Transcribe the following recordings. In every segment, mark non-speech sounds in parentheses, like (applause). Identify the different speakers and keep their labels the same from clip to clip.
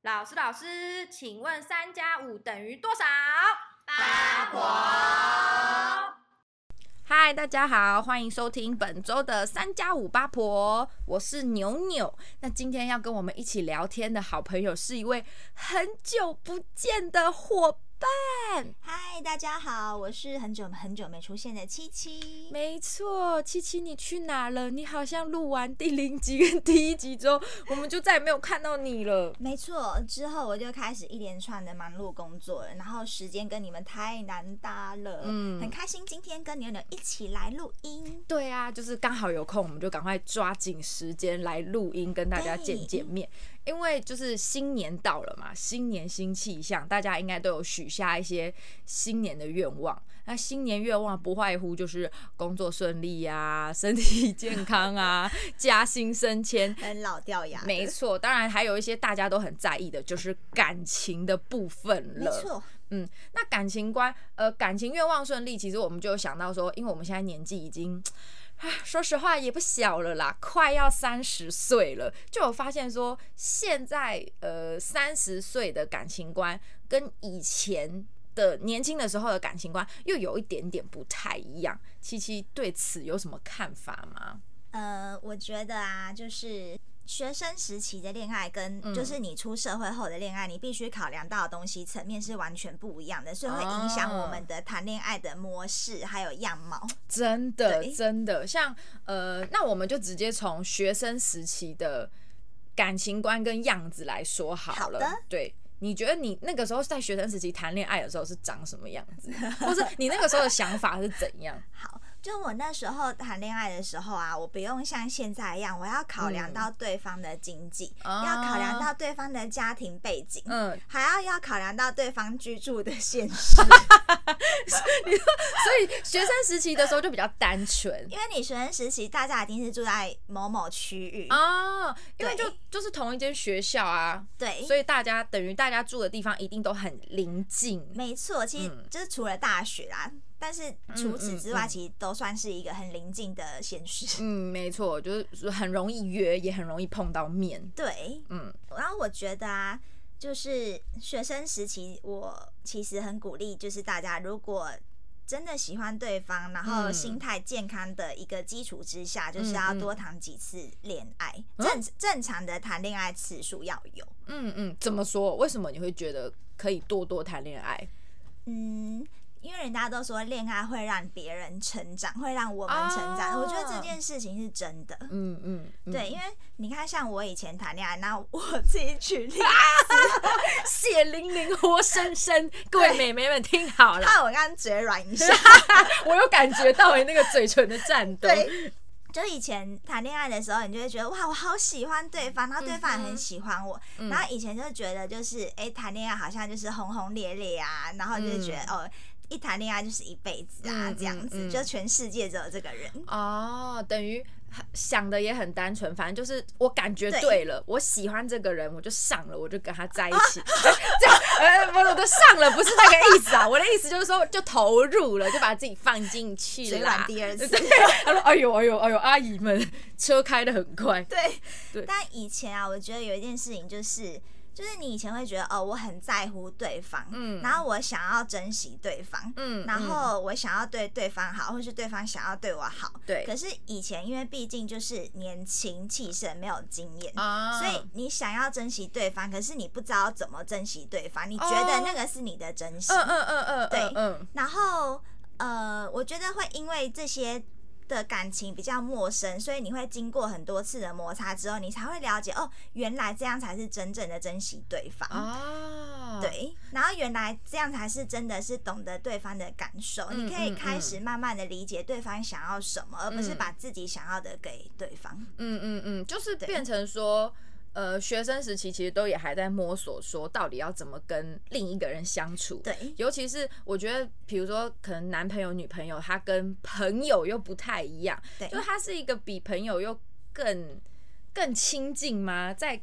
Speaker 1: 老师，老师，请问三加五等于多少？
Speaker 2: 八婆。
Speaker 1: 嗨，大家好，欢迎收听本周的三加五八婆，我是牛牛。那今天要跟我们一起聊天的好朋友是一位很久不见的伙伴。
Speaker 2: 嗨，大家好，我是很久很久没出现的七七。
Speaker 1: 没错，七七，你去哪了？你好像录完第零集跟第一集之后，我们就再也没有看到你了。
Speaker 2: 没错，之后我就开始一连串的忙碌工作了，然后时间跟你们太难搭了。
Speaker 1: 嗯
Speaker 2: 很开心今天跟牛牛一起来录音。
Speaker 1: 对啊，就是刚好有空，我们就赶快抓紧时间来录音，跟大家见
Speaker 2: 对
Speaker 1: 见面。因为就是新年到了嘛，新年新气象，大家应该都有许下一些新年的愿望。那新年愿望不外乎就是工作顺利啊，身体 (laughs) 健康啊，加薪升迁。
Speaker 2: 很老掉牙，
Speaker 1: 没，错，当然还有一些大家都很在意的，就是感情的部分
Speaker 2: 没
Speaker 1: 了。
Speaker 2: 错，
Speaker 1: 嗯，那感情观，呃，感情愿望顺利，其实我们就有想到说，因为我们现在年纪已经，唉说实话也不小了啦，快要三十岁了，就有发现说，现在呃三十岁的感情观跟以前的年轻的时候的感情观又有一点点不太一样。七七对此有什么看法吗？
Speaker 2: 呃，我觉得啊，就是学生时期的恋爱跟
Speaker 1: 嗯
Speaker 2: 就是你出社会后的恋爱，你必须考量到的东西层面是完全不一样的，所以会影响
Speaker 1: 啊
Speaker 2: 我们的谈恋爱的模式还有样貌。
Speaker 1: 真的，
Speaker 2: 对
Speaker 1: 真的，像呃，那我们就直接从学生时期的感情观跟样子来说好了。
Speaker 2: 好的
Speaker 1: 对，你觉得你那个时候在学生时期谈恋爱的时候是长什么样子，或是你那个时候的想法是怎样？
Speaker 2: 好，就我那时候谈恋爱的时候啊，我不用像现在一样，我要考量
Speaker 1: 嗯
Speaker 2: 到对方的经济，
Speaker 1: 啊
Speaker 2: (laughs) 要考量到对方的家庭背景。
Speaker 1: 嗯，
Speaker 2: 还要要考量到对方居住的现实，
Speaker 1: (laughs) 所以学生时期的时候就比较单纯
Speaker 2: 因为你学生时期大家一定是住在某某区域，
Speaker 1: 啊，因为就
Speaker 2: 对
Speaker 1: 就是同一间学校啊，
Speaker 2: 对，
Speaker 1: 所以大家等于大家住的地方一定都很临近。
Speaker 2: 没错，其实
Speaker 1: 嗯
Speaker 2: 就是除了大学啦，但是除此之
Speaker 1: 嗯
Speaker 2: 外，
Speaker 1: 嗯
Speaker 2: 其实都算是一个很临近的现实。
Speaker 1: 嗯，没错，就是很容易约，也很容易碰到面。
Speaker 2: 对，
Speaker 1: 嗯
Speaker 2: 然后我觉得啊，就是学生时期，我其实很鼓励，就是大家如果真的喜欢对方，然后
Speaker 1: 嗯
Speaker 2: 心态健康的一个基础之下，就是要
Speaker 1: 嗯
Speaker 2: 多谈几次恋爱，
Speaker 1: 嗯
Speaker 2: 正正常的谈恋爱次数要有。
Speaker 1: 嗯嗯，怎么说？为什么你会觉得可以多多谈恋爱？
Speaker 2: 嗯，因为人家都说恋爱会让别人成长，会让我们成长。
Speaker 1: 哦
Speaker 2: 我觉得这件事情是真的。
Speaker 1: 嗯嗯，嗯
Speaker 2: 对，，因啊为你看，像我以前谈恋爱，那我自己
Speaker 1: (laughs)
Speaker 2: 举例，
Speaker 1: 啊血淋淋、活生生，各位美眉们听好
Speaker 2: (laughs)
Speaker 1: 了，
Speaker 2: 怕我刚刚嘴软一下。
Speaker 1: 我有感觉到你那个嘴唇的颤抖。
Speaker 2: 对，就以前谈恋爱的时候，你就会觉得哇，我好喜欢对方，然后对方也很喜欢我。
Speaker 1: 嗯
Speaker 2: 然后以前就觉得就是，哎、谈恋爱好像就是轰轰烈烈啊，然后就觉得、哦，一谈恋爱就是一辈子啊，
Speaker 1: 嗯
Speaker 2: 这样子，
Speaker 1: 嗯嗯
Speaker 2: 就全世界只有这个人。
Speaker 1: 哦，等于想的也很单纯，反正就是我感觉
Speaker 2: 对
Speaker 1: 对了，我喜欢这个人，我就上了，我就跟他在一起。 (laughs) 这样，呃，不是，我就上了，不是那个意思啊。我的意思就是说，就投入了，就把自己放进去
Speaker 2: 嘴
Speaker 1: 了。
Speaker 2: 软。第二
Speaker 1: (laughs)
Speaker 2: 次
Speaker 1: 对，他说：“哎呦，哎呦，哎呦，阿姨们，车开的很快。”
Speaker 2: 对，
Speaker 1: 对
Speaker 2: 但以前啊，我觉得有一件事情就是，就是你以前会觉得哦，我很在乎对方，
Speaker 1: 嗯
Speaker 2: 然后我想要珍惜对方，
Speaker 1: 嗯
Speaker 2: 然后我想要对对方好，或是对方想要对我好。
Speaker 1: 对
Speaker 2: 可是以前因为毕竟就是年轻气盛，没有经验。
Speaker 1: 啊，
Speaker 2: 所以你想要珍惜对方，可是你不知道怎么珍惜对方，你觉得那个是你的珍惜。
Speaker 1: 嗯嗯嗯嗯，
Speaker 2: 对
Speaker 1: 嗯嗯
Speaker 2: 然后呃，我觉得会因为这些的感情比较陌生，所以你会经过很多次的摩擦之后，你才会了解哦，原来这样才是真正的珍惜对方。
Speaker 1: 啊，，
Speaker 2: 嗯对，然后原来这样才是真的是懂得对方的感受，
Speaker 1: 嗯
Speaker 2: 你可以
Speaker 1: 嗯
Speaker 2: 开始慢慢的理解对方想要什么，而不是把自己想要的给对方。
Speaker 1: 嗯嗯嗯，就是
Speaker 2: 对
Speaker 1: 变成说。呃，学生时期其实都也还在摸索，说到底要怎么跟另一个人相处。
Speaker 2: 对，
Speaker 1: 尤其是我觉得，比如说可能男朋友、女朋友，他跟朋友又不太一样，
Speaker 2: 对
Speaker 1: 就他是一个比朋友又更更亲近吗？在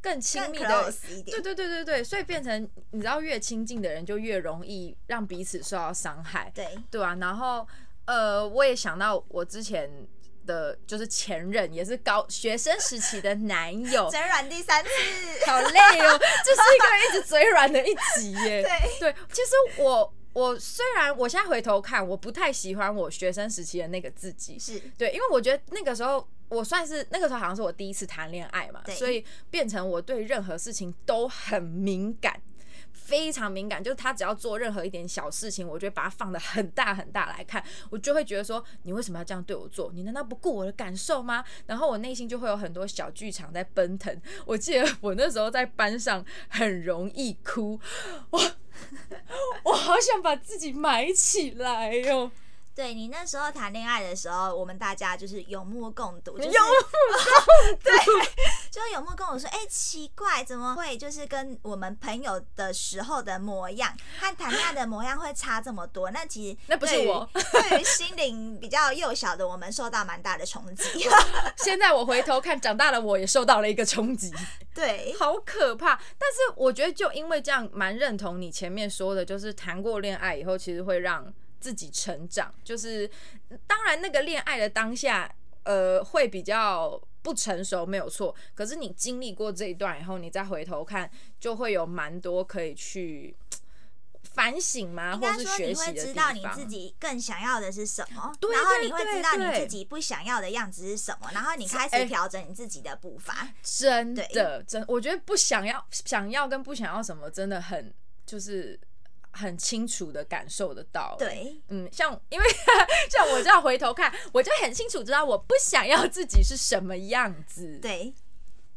Speaker 1: 更亲
Speaker 2: 更
Speaker 1: 密的
Speaker 2: close 一点
Speaker 1: 对。对对对对，所以变成你知道，越亲近的人就越容易让彼此受到伤害，
Speaker 2: 对，，
Speaker 1: 对啊。然后呃，我也想到我之前的，就是前任，也是高学生时期的男友
Speaker 2: (laughs) 嘴软第三次，
Speaker 1: 好累哦，这是一个人一直嘴软的一集耶。
Speaker 2: (laughs) 对，
Speaker 1: 对，其实我我虽然我现在回头看，我不太喜欢我学生时期的那个自己，
Speaker 2: 是
Speaker 1: 对，因为我觉得那个时候我算是那个时候好像是我第一次谈恋爱嘛，
Speaker 2: 对
Speaker 1: 所以变成我对任何事情都很敏感。非常敏感，就是他只要做任何一点小事情，我就会把它放得很大很大来看，我就会觉得说，你为什么要这样对我做？你难道不顾我的感受吗？然后我内心就会有很多小剧场在奔腾。我记得我那时候在班上很容易哭，我我好想把自己埋起来哦哟、
Speaker 2: 对你那时候谈恋爱的时候，我们大家就是有目共睹，就是
Speaker 1: 有
Speaker 2: (laughs) 就是有目共睹说，哎、奇怪，怎么会就是跟我们朋友的时候的模样和谈恋爱的模样会差这么多？那其实
Speaker 1: 那不是
Speaker 2: 对于
Speaker 1: 我，
Speaker 2: (laughs) 对于心灵比较幼小的我们受到蛮大的冲
Speaker 1: (laughs)
Speaker 2: 击。
Speaker 1: 现在我回头看，长大了我也受到了一个冲
Speaker 2: (laughs)
Speaker 1: 击，
Speaker 2: 对，
Speaker 1: 好可怕。但是我觉得就因为这样，蛮认同你前面说的，就是谈过恋爱以后，其实会让自己成长。就是当然那个恋爱的当下，呃，会比较。不成熟没有错，可是你经历过这一段以后，你再回头看，就会有蛮多可以去反省嘛，
Speaker 2: 应
Speaker 1: 或
Speaker 2: 该
Speaker 1: 者是
Speaker 2: 说
Speaker 1: 学
Speaker 2: 你
Speaker 1: 习
Speaker 2: 会
Speaker 1: 的
Speaker 2: 知
Speaker 1: 地
Speaker 2: 道
Speaker 1: 方。
Speaker 2: 你自己更想要的是什么，
Speaker 1: 对
Speaker 2: 然后
Speaker 1: 对
Speaker 2: 你会
Speaker 1: 对
Speaker 2: 知道你
Speaker 1: 对
Speaker 2: 自己不想要的样子是什么，然后你开
Speaker 1: 哎
Speaker 2: 始调整你自己的步伐。
Speaker 1: 真
Speaker 2: 对
Speaker 1: 的真，我觉得不想要想要跟不想要什么，真的很就是很清楚的感受得到。，
Speaker 2: 对，
Speaker 1: 嗯，像因为 (laughs) 像我这样回头看，我就很清楚知道我不想要自己是什么样子。，
Speaker 2: 对，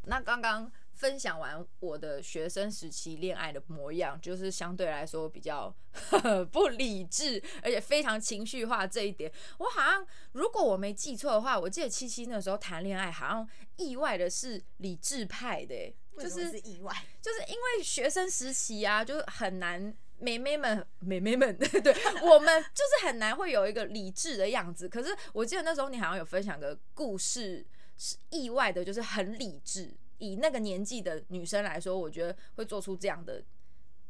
Speaker 1: 那刚刚分享完我的学生时期恋爱的模样，就是相对来说比较 (laughs) 不理智，而且非常情绪化这一点，我好像如果我没记错的话，我记得七七那时候谈恋爱好像意外的是理智派的、欸，就
Speaker 2: 为什么
Speaker 1: 是
Speaker 2: 是意外。
Speaker 1: 就是因为学生时期啊，就是很难。妹妹们，妹妹们， (laughs) 对我们就是很难会有一个理智的样子。可是我记得那时候你好像有分享个故事，是意外的，就是很理智。以那个年纪的女生来说，我觉得会做出这样的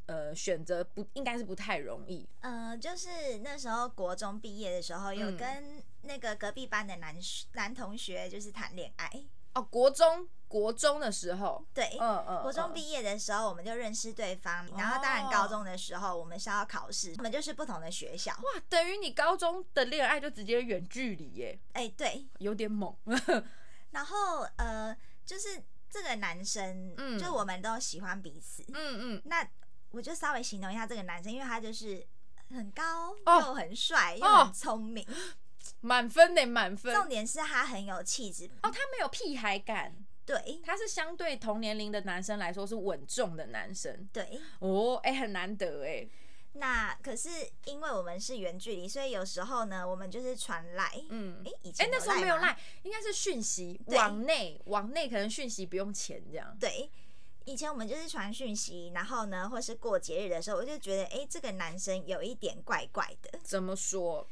Speaker 1: 呃选择不应该是不太容易。
Speaker 2: 呃，就是那时候国中毕业的时候，有
Speaker 1: 嗯
Speaker 2: 跟那个隔壁班的男男同学就是谈恋爱。
Speaker 1: 哦，国中国中的时候，
Speaker 2: 对，
Speaker 1: 嗯嗯，
Speaker 2: 国中
Speaker 1: 嗯
Speaker 2: 毕业的时候我们就认识对方，然后当然
Speaker 1: 哦
Speaker 2: 高中的时候我们是要考试，我们就是不同的学校。
Speaker 1: 哇，啊等于你高中的恋爱就直接远距离耶，
Speaker 2: 哎、对，
Speaker 1: 有点猛。 (laughs)
Speaker 2: 嗯然后呃，就是这个男生，
Speaker 1: 嗯
Speaker 2: 就我们都喜欢彼此。
Speaker 1: 嗯嗯，
Speaker 2: 那我就稍微形容一下这个男生，因为他就是很高、
Speaker 1: 哦
Speaker 2: 又很帅又
Speaker 1: 哦
Speaker 2: 很聪明，
Speaker 1: 满分呢，满分。
Speaker 2: 重点是他很有气质。
Speaker 1: 哦，他没有屁孩感，
Speaker 2: 对
Speaker 1: 他是相对同年龄的男生来说是稳重的男生
Speaker 2: 对，
Speaker 1: 哦，哎、很难得哎、
Speaker 2: 那可是因为我们是远距离，所以有时候呢，我们就是传来，哎、
Speaker 1: 嗯，
Speaker 2: 以
Speaker 1: 哎、
Speaker 2: 前
Speaker 1: 那时候没有
Speaker 2: 赖吗
Speaker 1: 赖，应该是讯息
Speaker 2: 对
Speaker 1: 往内，往内可能讯息不用钱这样，
Speaker 2: 对，以前我们就是传讯息，然后呢，或是过节日的时候，我就觉得，哎、这个男生有一点怪怪的，
Speaker 1: 怎么说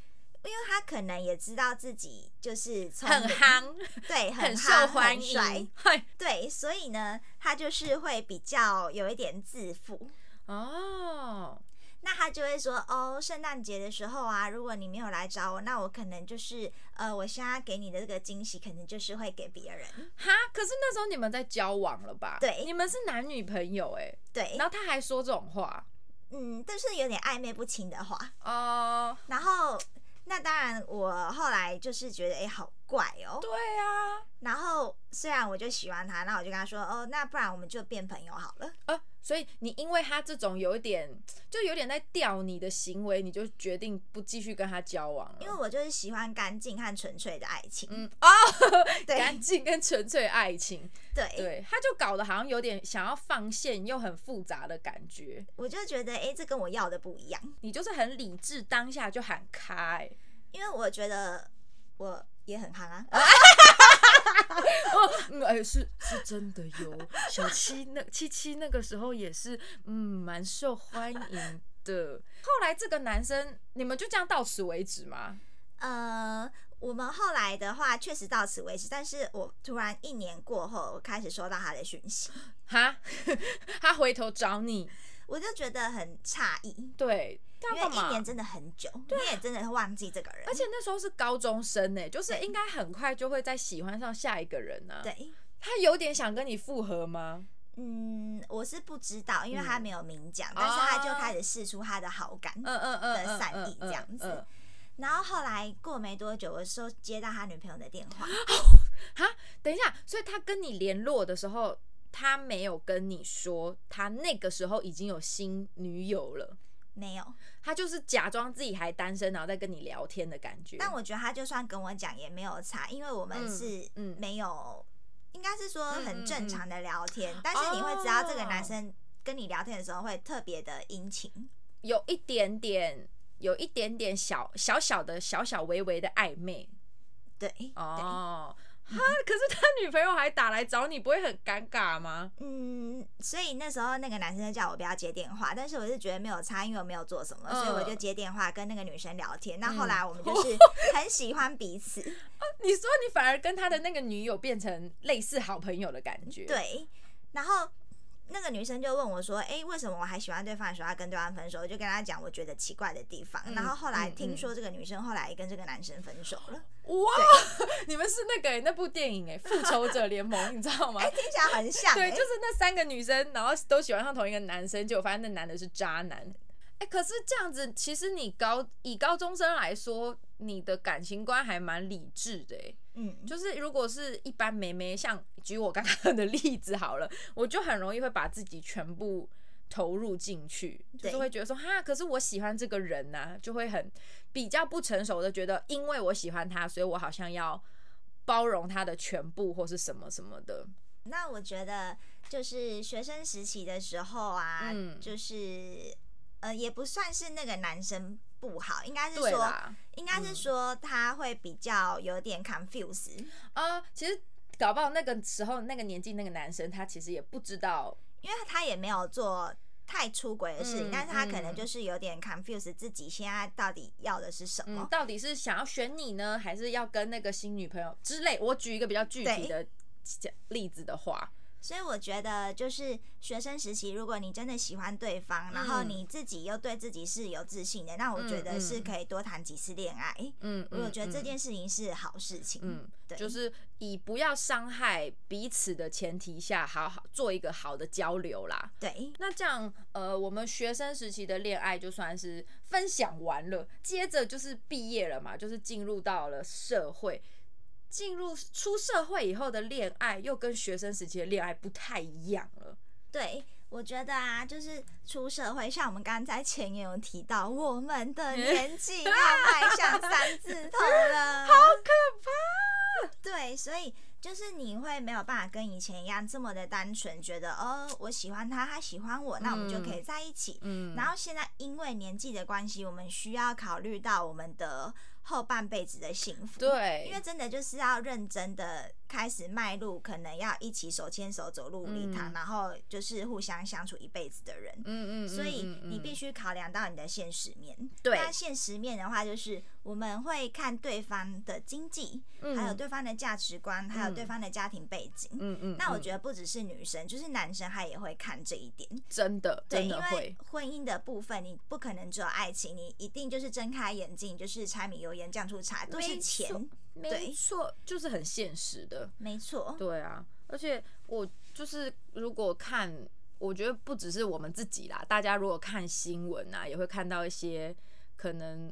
Speaker 2: 因为他可能也知道自己就是
Speaker 1: (laughs)
Speaker 2: 聪
Speaker 1: 很
Speaker 2: 明，
Speaker 1: 夯，
Speaker 2: 对，
Speaker 1: 很
Speaker 2: 很
Speaker 1: 受
Speaker 2: 夯
Speaker 1: 欢
Speaker 2: 很帅
Speaker 1: 迎，嗨
Speaker 2: 对，所以呢，他就是会比较有一点自负。
Speaker 1: 哦，
Speaker 2: 那他就会说哦，圣诞节的时候啊，如果你没有来找我，那我可能就是呃，我现在给你的这个惊喜，可能就是会给别人。
Speaker 1: 哈，可是那时候你们在交往了吧？
Speaker 2: 对
Speaker 1: 你们是男女朋友哎、
Speaker 2: 对
Speaker 1: 然，后他还说这种话
Speaker 2: 嗯，但是有点暧昧不清的话。
Speaker 1: 哦、
Speaker 2: 然后，那当然，我后来就是觉得，哎、好怪哦。
Speaker 1: 对啊，
Speaker 2: 然后，虽然我就喜欢他，那我就跟他说，哦，那不然我们就变朋友好了。
Speaker 1: 啊，所以你因为他这种有一点，就有点在吊你的行为，你就决定不继续跟他交往了。
Speaker 2: 因为我就是喜欢干净和纯粹的爱情。
Speaker 1: 嗯哦，干
Speaker 2: 对哎
Speaker 1: 净跟纯粹爱情，
Speaker 2: (laughs) 对，
Speaker 1: 对，他就搞得好像有点想要放线又很复杂的感觉。
Speaker 2: 我就觉得，哎、这跟我要的不一样，
Speaker 1: 你就是很理智，当下就喊欸开、
Speaker 2: 因为我觉得我也很憨啊。
Speaker 1: 嗯，哎、是是真的有小七那七七那个时候也是，嗯，蛮受欢迎的。后来这个男生，你们就这样到此为止吗？
Speaker 2: 呃，我们后来的话确实到此为止，但是我突然
Speaker 1: (laughs)
Speaker 2: 一年过后，我开始收到他的讯息，
Speaker 1: 哈，他回头找你，
Speaker 2: 我就觉得很诧异，
Speaker 1: 对，但
Speaker 2: 因
Speaker 1: 干
Speaker 2: 为一
Speaker 1: 嘛啊
Speaker 2: 年？真的很久，你也真的会忘记这个人
Speaker 1: 而，且那时候是高中生呢、就是
Speaker 2: 对
Speaker 1: 应该很快就会再喜欢上下一个人啊。，
Speaker 2: 对。
Speaker 1: 他有点想跟你复合吗？
Speaker 2: 嗯，我是不知道，因为他没有明讲，
Speaker 1: 嗯
Speaker 2: 但是他就
Speaker 1: 啊
Speaker 2: 开始试出他的好感。
Speaker 1: 嗯嗯嗯嗯，
Speaker 2: 的善意
Speaker 1: 嗯
Speaker 2: 这样子
Speaker 1: 嗯嗯
Speaker 2: 然后后来过没多久，我收接到他女朋友的电
Speaker 1: (gasps)
Speaker 2: 话，
Speaker 1: 等一下，所以他跟你联络的时候，他没有跟你说他那个时候已经有新女友了，
Speaker 2: 没有。
Speaker 1: 他就是假装自己还单身，然后再跟你聊天的感觉。
Speaker 2: 但我觉得他就算跟我讲也没有差，因为我们
Speaker 1: 嗯
Speaker 2: 是
Speaker 1: 嗯
Speaker 2: 没有，应该是说很正常的聊天，但
Speaker 1: 哦
Speaker 2: 是你会知道这个男生跟你聊天的时候会特别的殷勤，
Speaker 1: 有一点点，有一点点小小小的小小微微的暧昧
Speaker 2: 对，嗯
Speaker 1: 哦。哈，可是他女朋友还打来找你，不会很尴尬吗？
Speaker 2: 对，嗯，所以那时候那个男生就叫我不要接电话，但是我是觉得没有差，因为我没有做什么，
Speaker 1: 嗯
Speaker 2: 所以我就接电话跟那个女生聊天。那
Speaker 1: 嗯
Speaker 2: 后来我们就是
Speaker 1: (laughs)
Speaker 2: 很喜欢彼此，
Speaker 1: 你说你反而跟他的那个女友变成类似好朋友的感觉。，
Speaker 2: 对，然后。那个女生就问我说：“哎、为什么我还喜欢对方的时候要跟对方分手？”我就跟她讲我觉得奇怪的地方。
Speaker 1: 嗯
Speaker 2: 然后后来
Speaker 1: 嗯
Speaker 2: 听
Speaker 1: 嗯
Speaker 2: 说这个女生后来也跟这个男生分手了，
Speaker 1: 哇，你们是那个、那部电影哎、复仇者联盟》，你知道吗？
Speaker 2: (laughs) 哎、听起来很像、
Speaker 1: 哦 (laughs) 对，
Speaker 2: 哎
Speaker 1: 就是那三个女生，然后都喜欢上同一个男生，结果发现那男的是渣男。哎、可是这样子，其实你高以高中生来说，你的感情观还蛮理智的、欸。
Speaker 2: 嗯，
Speaker 1: 就是如果是一般妹妹，像举我刚刚的例子好了，我就很容易会把自己全部投入进去，就
Speaker 2: 对
Speaker 1: 是会觉得说哈，可是我喜欢这个人呐、就会很比较不成熟的觉得，因为我喜欢他，所以我好像要包容他的全部或是什么什么的。
Speaker 2: 那我觉得就是学生时期的时候啊，
Speaker 1: 嗯
Speaker 2: 就是呃，也不算是那个男生不好，应该是
Speaker 1: 对
Speaker 2: 说，
Speaker 1: 啦，
Speaker 2: 应该是
Speaker 1: 嗯
Speaker 2: 说他会比较有点 confuse，
Speaker 1: 啊、其实搞不好那个时候那个年纪那个男生他其实也不知道，
Speaker 2: 因为他也没有做太出轨的事情，
Speaker 1: 嗯
Speaker 2: 但是他可能
Speaker 1: 嗯
Speaker 2: 就是有点 confuse 自己现在到底要的是什
Speaker 1: 嗯
Speaker 2: 么，。
Speaker 1: 到底是想要选你呢，还是要跟那个新女朋友之类。我举一个比较具体的例子的话，
Speaker 2: 所以我觉得，就是学生时期，如果你真的喜欢对方，然后你自己又对自己是有自信的，那我觉得是可以多谈几次恋爱。
Speaker 1: 嗯，嗯
Speaker 2: 我觉得这
Speaker 1: 嗯
Speaker 2: 件事情是好事情。
Speaker 1: 嗯，
Speaker 2: 对，
Speaker 1: 就是以不要伤害彼此的前提下，好好做一个好的交流啦。
Speaker 2: 对，
Speaker 1: 那这样，呃，我们学生时期的恋爱就算是分享完了，接着就是毕业了嘛，就是进入到了社会。进入出社会以后的恋爱，又跟学生时期的恋爱不太一样了。
Speaker 2: 对。我觉得啊，就是出社会，像我们刚才前言有提到，我们的年纪要迈向三字头了，好可怕。对，所以就是你会没有办法跟以前一样这么的单纯，觉得哦，我喜欢他，他喜欢我，那我们就可以在一起。
Speaker 1: 嗯
Speaker 2: 然后现在因为年纪的关系，我们需要考虑到我们的后半辈子的幸福。。
Speaker 1: 对，
Speaker 2: 因为真的就是要认真的开始迈入，可能要一起手牵手走入礼堂，
Speaker 1: 嗯
Speaker 2: 然后就是互相相处一辈子的人。
Speaker 1: 嗯嗯，
Speaker 2: 所以你必
Speaker 1: 须
Speaker 2: 须考量到你的现实面。
Speaker 1: 对
Speaker 2: 那现实面的话，就是我们会看对方的经济，还有对方的价值观，还有对方的家庭背景。
Speaker 1: 嗯嗯，
Speaker 2: 那我
Speaker 1: 得
Speaker 2: 觉得不只是女生，就是男生他也会看这一点。
Speaker 1: 真的
Speaker 2: 对，
Speaker 1: 真
Speaker 2: 因
Speaker 1: 的
Speaker 2: 为
Speaker 1: 会，
Speaker 2: 婚姻的部分，你不可能只有爱情，你一定就是睁开眼睛，就是柴米油盐酱醋茶，都是
Speaker 1: 没
Speaker 2: 钱
Speaker 1: 错。没错，就是很现实的。
Speaker 2: 没错，
Speaker 1: 对啊，而且我就是如果看，我觉得不只是我们自己啦，大家如果看新闻啊，也会看到一些可能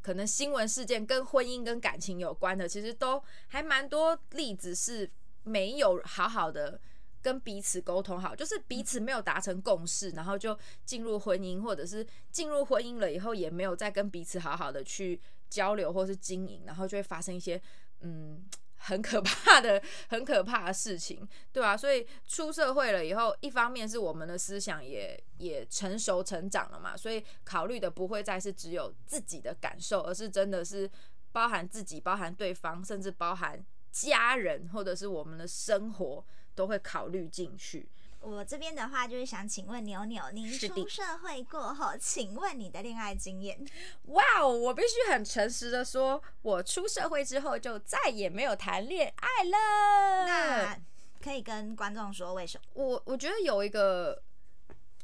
Speaker 1: 可能新闻事件跟婚姻跟感情有关的，其实都还蛮多例子是没有好好的。跟彼此沟通好，就是彼此没有达成共识，然后就进入婚姻，或者是进入婚姻了以后也没有再跟彼此好好的去交流或是经营，然后就会发生一些嗯很可怕的、很可怕的事情，对啊，所以出社会了以后，一方面是我们的思想也也成熟成长了嘛，所以考虑的不会再是只有自己的感受，而是真的是包含自己、包含对方，甚至包含家人或者是我们的生活都会考虑进去。
Speaker 2: 我这边的话就是想请问牛牛，您
Speaker 1: 是的
Speaker 2: 出社会过后，请问你的恋爱经验？
Speaker 1: 哇哦！我必须很诚实的说，我出社会之后就再也没有谈恋爱了。
Speaker 2: 那可以跟观众说为什么？
Speaker 1: 我我觉得有一个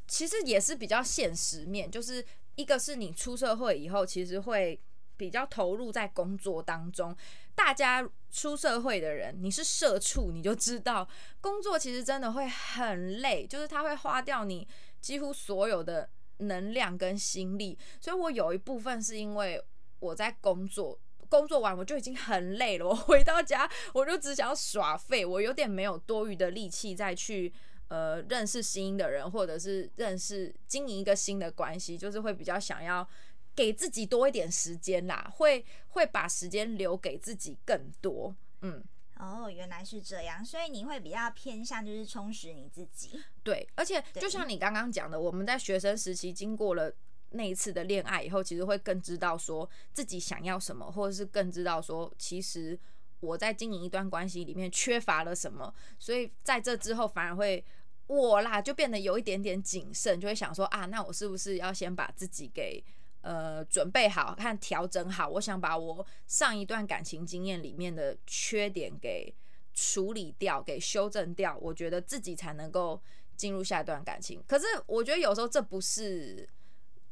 Speaker 1: 其实也是比较现实面，就是一个是你出社会以后，其实会比较投入在工作当中。大家出社会的人，你是社畜，你就知道工作其实真的会很累，就是它会花掉你几乎所有的能量跟心力。所以我有一部分是因为我在工作。工作完我就已经很累了，我回到家我就只想要耍废，我有点没有多余的力气再去呃认识新的人，或者是认识经营一个新的关系，就是会比较想要给自己多一点时间啦，会会把时间留给自己更多，嗯。
Speaker 2: 哦，原来是这样，所以你会比较偏向就是充实你自己。
Speaker 1: 对，而且
Speaker 2: 对
Speaker 1: 就像你刚刚讲的，我们在学生时期经过了那一次的恋爱以后，其实会更知道说自己想要什么，或者是更知道说其实我在经营一段关系里面缺乏了什么，所以在这之后反而会。我啦，就变得有一点点谨慎，就会想说啊，那我是不是要先把自己给呃准备好，看调整好？我想把我上一段感情经验里面的缺点给处理掉，给修正掉，我觉得自己才能够进入下一段感情。可是我觉得有时候这不是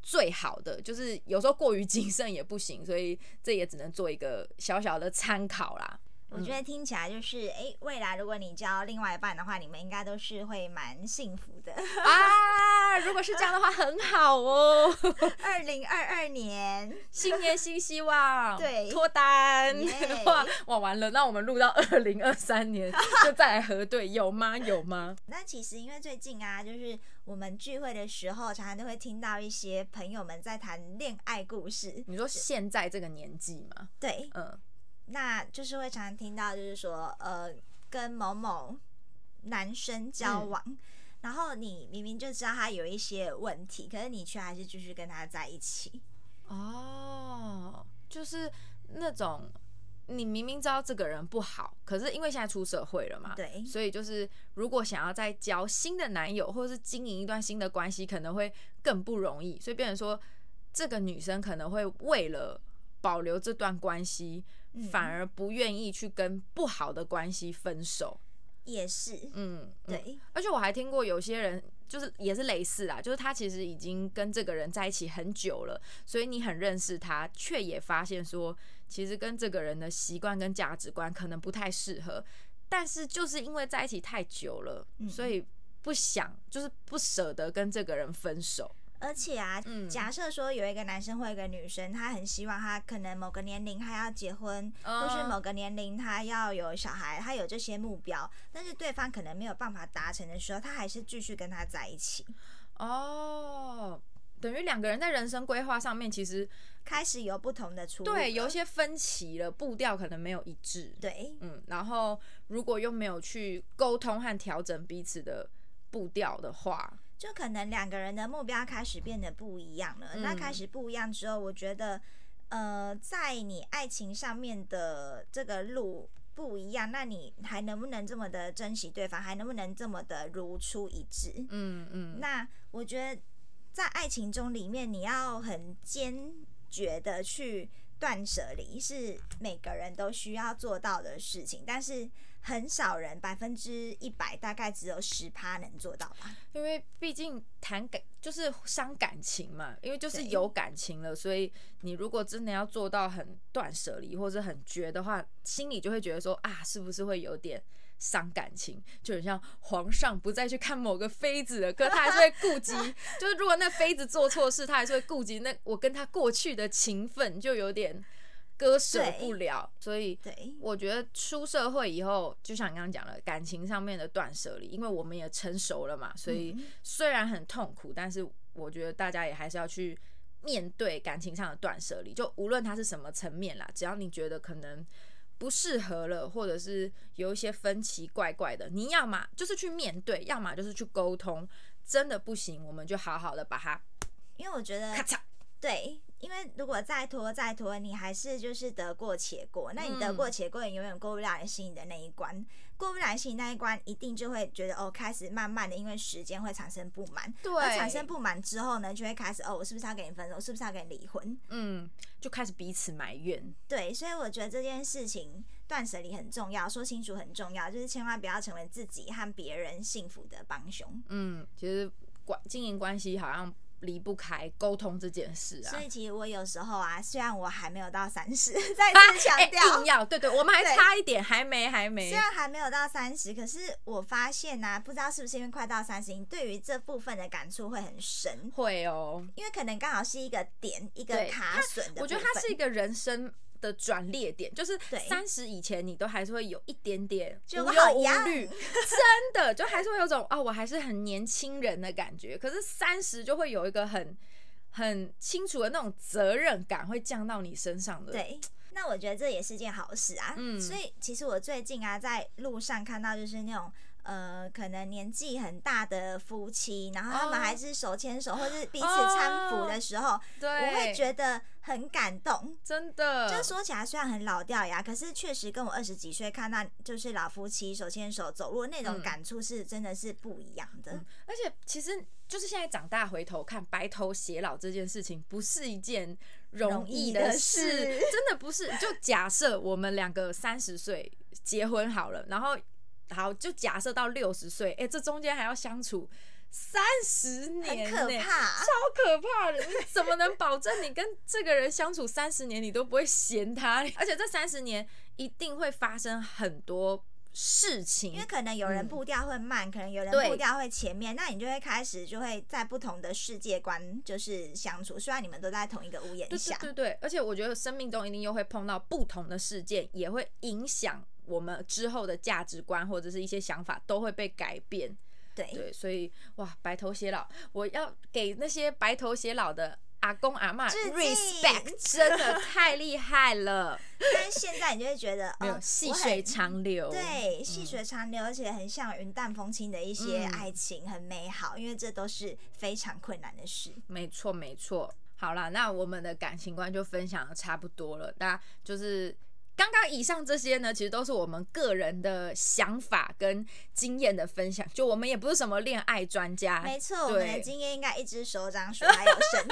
Speaker 1: 最好的，就是有时候过于谨慎也不行，所以这也只能做一个小小的参考啦。
Speaker 2: 我觉得听起来就是，诶，未来如果你交另外一半的话，你们应该都是会蛮幸福
Speaker 1: (laughs)
Speaker 2: 的。
Speaker 1: 啊，如果是这样的话，很好哦。
Speaker 2: 二零二二年，
Speaker 1: 新年新希望，
Speaker 2: 对
Speaker 1: 脱单
Speaker 2: 耶
Speaker 1: 哇 (laughs) 哇完了，那我们录到 (laughs) 二零二三 (laughs) 年就再来核对，有吗？有吗？
Speaker 2: 那其实因为最近啊，就是我们聚会的时候，常常都会听到一些朋友们在谈恋爱故事。
Speaker 1: 你说现在这个年纪嘛，
Speaker 2: 对，
Speaker 1: 嗯，
Speaker 2: 那就是会常常听到，就是说，呃，跟某某男生交往，
Speaker 1: 嗯
Speaker 2: 然后你明明就知道他有一些问题，可是你却还是继续跟他在一起。
Speaker 1: 哦，就是那种你明明知道这个人不好，可是因为现在出社会了嘛，
Speaker 2: 对
Speaker 1: 所以就是如果想要再交新的男友，或者是经营一段新的关系，可能会更不容易。所以变成说，这个女生可能会为了保留这段关系，
Speaker 2: 嗯
Speaker 1: 反而不愿意去跟不好的关系分手。
Speaker 2: 也是，
Speaker 1: 嗯，嗯
Speaker 2: 对，
Speaker 1: 而且我还听过有些人，就是也是类似啦，就是他其实已经跟这个人在一起很久了，所以你很认识他，却也发现说，其实跟这个人的习惯跟价值观可能不太适合，但是就是因为在一起太久了，
Speaker 2: 嗯
Speaker 1: 所以不想就是不舍得跟这个人分手。
Speaker 2: 而且啊，
Speaker 1: 嗯
Speaker 2: 假设说有一个男生或一个女生，他很希望他可能某个年龄他要结婚，
Speaker 1: 嗯
Speaker 2: 或是某个年龄他要有小孩，他有这些目标，但是对方可能没有办法达成的时候，他还是继续跟他在一起，
Speaker 1: 哦，等于两个人在人生规划上面其实
Speaker 2: 开始有不同的出路了。
Speaker 1: 对有呃一些分歧了，步调可能没有一致。
Speaker 2: 对，
Speaker 1: 嗯，然后如果又没有去沟通和调整彼此的步调的话，
Speaker 2: 就可能两个人的目标开始变得不一样了。那
Speaker 1: 嗯
Speaker 2: 开始不一样之后，我觉得，呃，在你爱情上面的这个路不一样，那你还能不能这么的珍惜对方，还能不能这么的如出一辙？
Speaker 1: 嗯嗯，
Speaker 2: 那我觉得，在爱情中里面，你要很坚决的去断舍离，是每个人都需要做到的事情，但是很少人百分之一百，大概只有十趴能做到吧。
Speaker 1: 因为毕竟谈感就是伤感情嘛，因为就是
Speaker 2: 对
Speaker 1: 有感情了，所以你如果真的要做到很断舍离或者很绝的话，心里就会觉得说啊，是不是会有点。伤感情，就很像皇上不再去看某个妃子了，可他还是会顾及，就是如果那妃子做错事，他还是会顾及那我跟他过去的情分，就有点割舍
Speaker 2: 对
Speaker 1: 不了，所以
Speaker 2: 对，
Speaker 1: 我觉得出社会以后，就像你刚刚讲了，感情上面的断舍离，因为我们也成熟了嘛，所以虽然很痛苦，但是我觉得大家也还是要去面对感情上的断舍离，就无论它是什么层面啦，只要你觉得可能不适合了，或者是有一些分歧怪怪的，你要么就是去面对，要么就是去沟通，真的不行，我们就好好的把它
Speaker 2: 因为我觉得
Speaker 1: 咔嚓。
Speaker 2: 对，因为如果再拖再拖，你还是就是得过且过。那你得
Speaker 1: 嗯
Speaker 2: 过且过，你永远过不了你心里的那一关。过不了你心里那一关，一定就会觉得哦，开始慢慢的，因为时间会产生不满。
Speaker 1: 对
Speaker 2: 而产生不满之后呢，就会开始哦，我是不是要跟你分手？我是不是要跟你离婚？
Speaker 1: 嗯，就开始彼此埋怨。
Speaker 2: 对，所以我觉得这件事情断舍离很重要，说清楚很重要，就是千万不要成为自己和别人幸福的帮凶。
Speaker 1: 嗯，其实。关经营关系好像离不开沟通这件事啊
Speaker 2: 所。以其实我有时候啊，虽然我还没有到三十， (laughs) 再次强
Speaker 1: 哎
Speaker 2: 调，
Speaker 1: 硬要对对，我们还
Speaker 2: 对
Speaker 1: 差一点，还没还没
Speaker 2: 虽。然还没有到三十，可是我发现呐、不知道是不是因为快到三十，你对于这部分的感触会很深，
Speaker 1: 会哦，
Speaker 2: 因为可能刚好是一个点，一个
Speaker 1: 对
Speaker 2: 卡损的
Speaker 1: 我觉得
Speaker 2: 部分
Speaker 1: 它是一个人生的转捩点，就是
Speaker 2: 对
Speaker 1: 三十以前你都还是会有一点点
Speaker 2: 就
Speaker 1: 无
Speaker 2: 好
Speaker 1: 忧无
Speaker 2: 样
Speaker 1: 虑，真
Speaker 2: (laughs)
Speaker 1: 的就还是会有种啊、我还是很年轻人的感觉。可是三十就会有一个很很清楚的那种责任感会降到你身上的。，
Speaker 2: 对。那我觉得这也是件好事啊。
Speaker 1: 嗯
Speaker 2: 所以其实我最近啊，在路上看到就是那种。呃，可能年纪很大的夫妻，然后他
Speaker 1: 哦
Speaker 2: 们还是手牵手或是彼此搀扶的时候，
Speaker 1: 对
Speaker 2: 我会觉得很感动。
Speaker 1: 真的，
Speaker 2: 这说起来虽然很老掉牙，可是确实跟我二十几岁看到就是老夫妻手牵手走路那种
Speaker 1: 嗯
Speaker 2: 感触是真的是不一样的。
Speaker 1: 嗯而且其实就是现在长大回头看，白头偕老这件事情不是一件容易的事，
Speaker 2: 容易的
Speaker 1: 真的不是。就假设我们两个三十岁结婚好了，然后好就假设到六十岁，哎、这中间还要相处三十
Speaker 2: 很
Speaker 1: 年、呢，
Speaker 2: 可怕，啊
Speaker 1: 超可怕的！你怎么能保证你跟这个人相处三十年，你都不会嫌他？ (laughs) 而且这三十年一定会发生很多事情，
Speaker 2: 因为可能有人步调会慢，可能有人
Speaker 1: 嗯对
Speaker 2: 步调会前面，那你就会开始就会在不同的世界观就是相处。虽然你们都在同一个屋檐
Speaker 1: 对
Speaker 2: 下，
Speaker 1: 对对对，而且我觉得生命中一定又会碰到不同的事件，也会影响我们之后的价值观或者是一些想法都会被改变。
Speaker 2: 对
Speaker 1: 对，所以哇，白头偕老，我要给那些白头偕老的阿公阿妈
Speaker 2: 致敬
Speaker 1: respect，真的太厉害
Speaker 2: (laughs)
Speaker 1: 了，
Speaker 2: 但是现在你就会觉得，
Speaker 1: (laughs) 没
Speaker 2: 哦
Speaker 1: 有，细
Speaker 2: 我很
Speaker 1: 水长流。
Speaker 2: 对，细水长流，而且很像云淡风轻的一些
Speaker 1: 嗯
Speaker 2: 爱情，很美好，因为这都是非常困难的事。
Speaker 1: 没错，没错。好啦，那我们的感情观就分享的差不多了。那就是刚刚以上这些呢，其实都是我们个人的想法跟经验的分享，就我们也不是什么恋爱专家， (laughs)
Speaker 2: 没错，我
Speaker 1: 啊对
Speaker 2: 们的经验应该一只手
Speaker 1: (laughs)
Speaker 2: 掌数还有剩，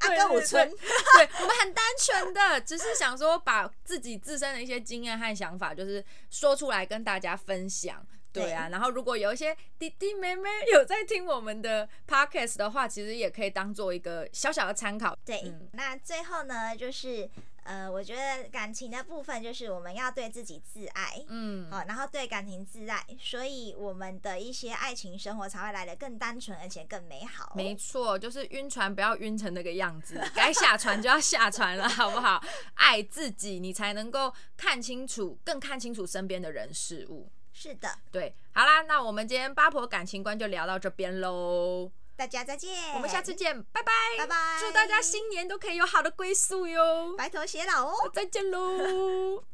Speaker 2: 阿
Speaker 1: 对
Speaker 2: 哥五
Speaker 1: 对
Speaker 2: 村
Speaker 1: 对，对我们很单纯的，只是想说把自己自身的一些经验和想法，就是说出来跟大家分享。对啊，然后如果有一些弟弟妹妹有在听我们的 podcast 的话，其实也可以当做一个小小的参考。
Speaker 2: 对，
Speaker 1: 嗯
Speaker 2: 那最后呢，就是呃，我觉得感情的部分就是我们要对自己自爱。
Speaker 1: 嗯，
Speaker 2: 好、然后对感情自爱，所以我们的一些爱情生活才会来得更单纯，而且更美好。
Speaker 1: 没错，就是晕船不要晕成那个样子，该下船就要下船了，好不好？爱自己，你才能够看清楚，更看清楚身边的人事物。
Speaker 2: 是的，
Speaker 1: 对，好啦，那我们今天八婆感情观就聊到这边喽，
Speaker 2: 大家再见，
Speaker 1: 我们下次见，拜拜，
Speaker 2: 拜拜
Speaker 1: 祝大家新年都可以有好的归宿哟，
Speaker 2: 白头偕老哦。
Speaker 1: 再见喽。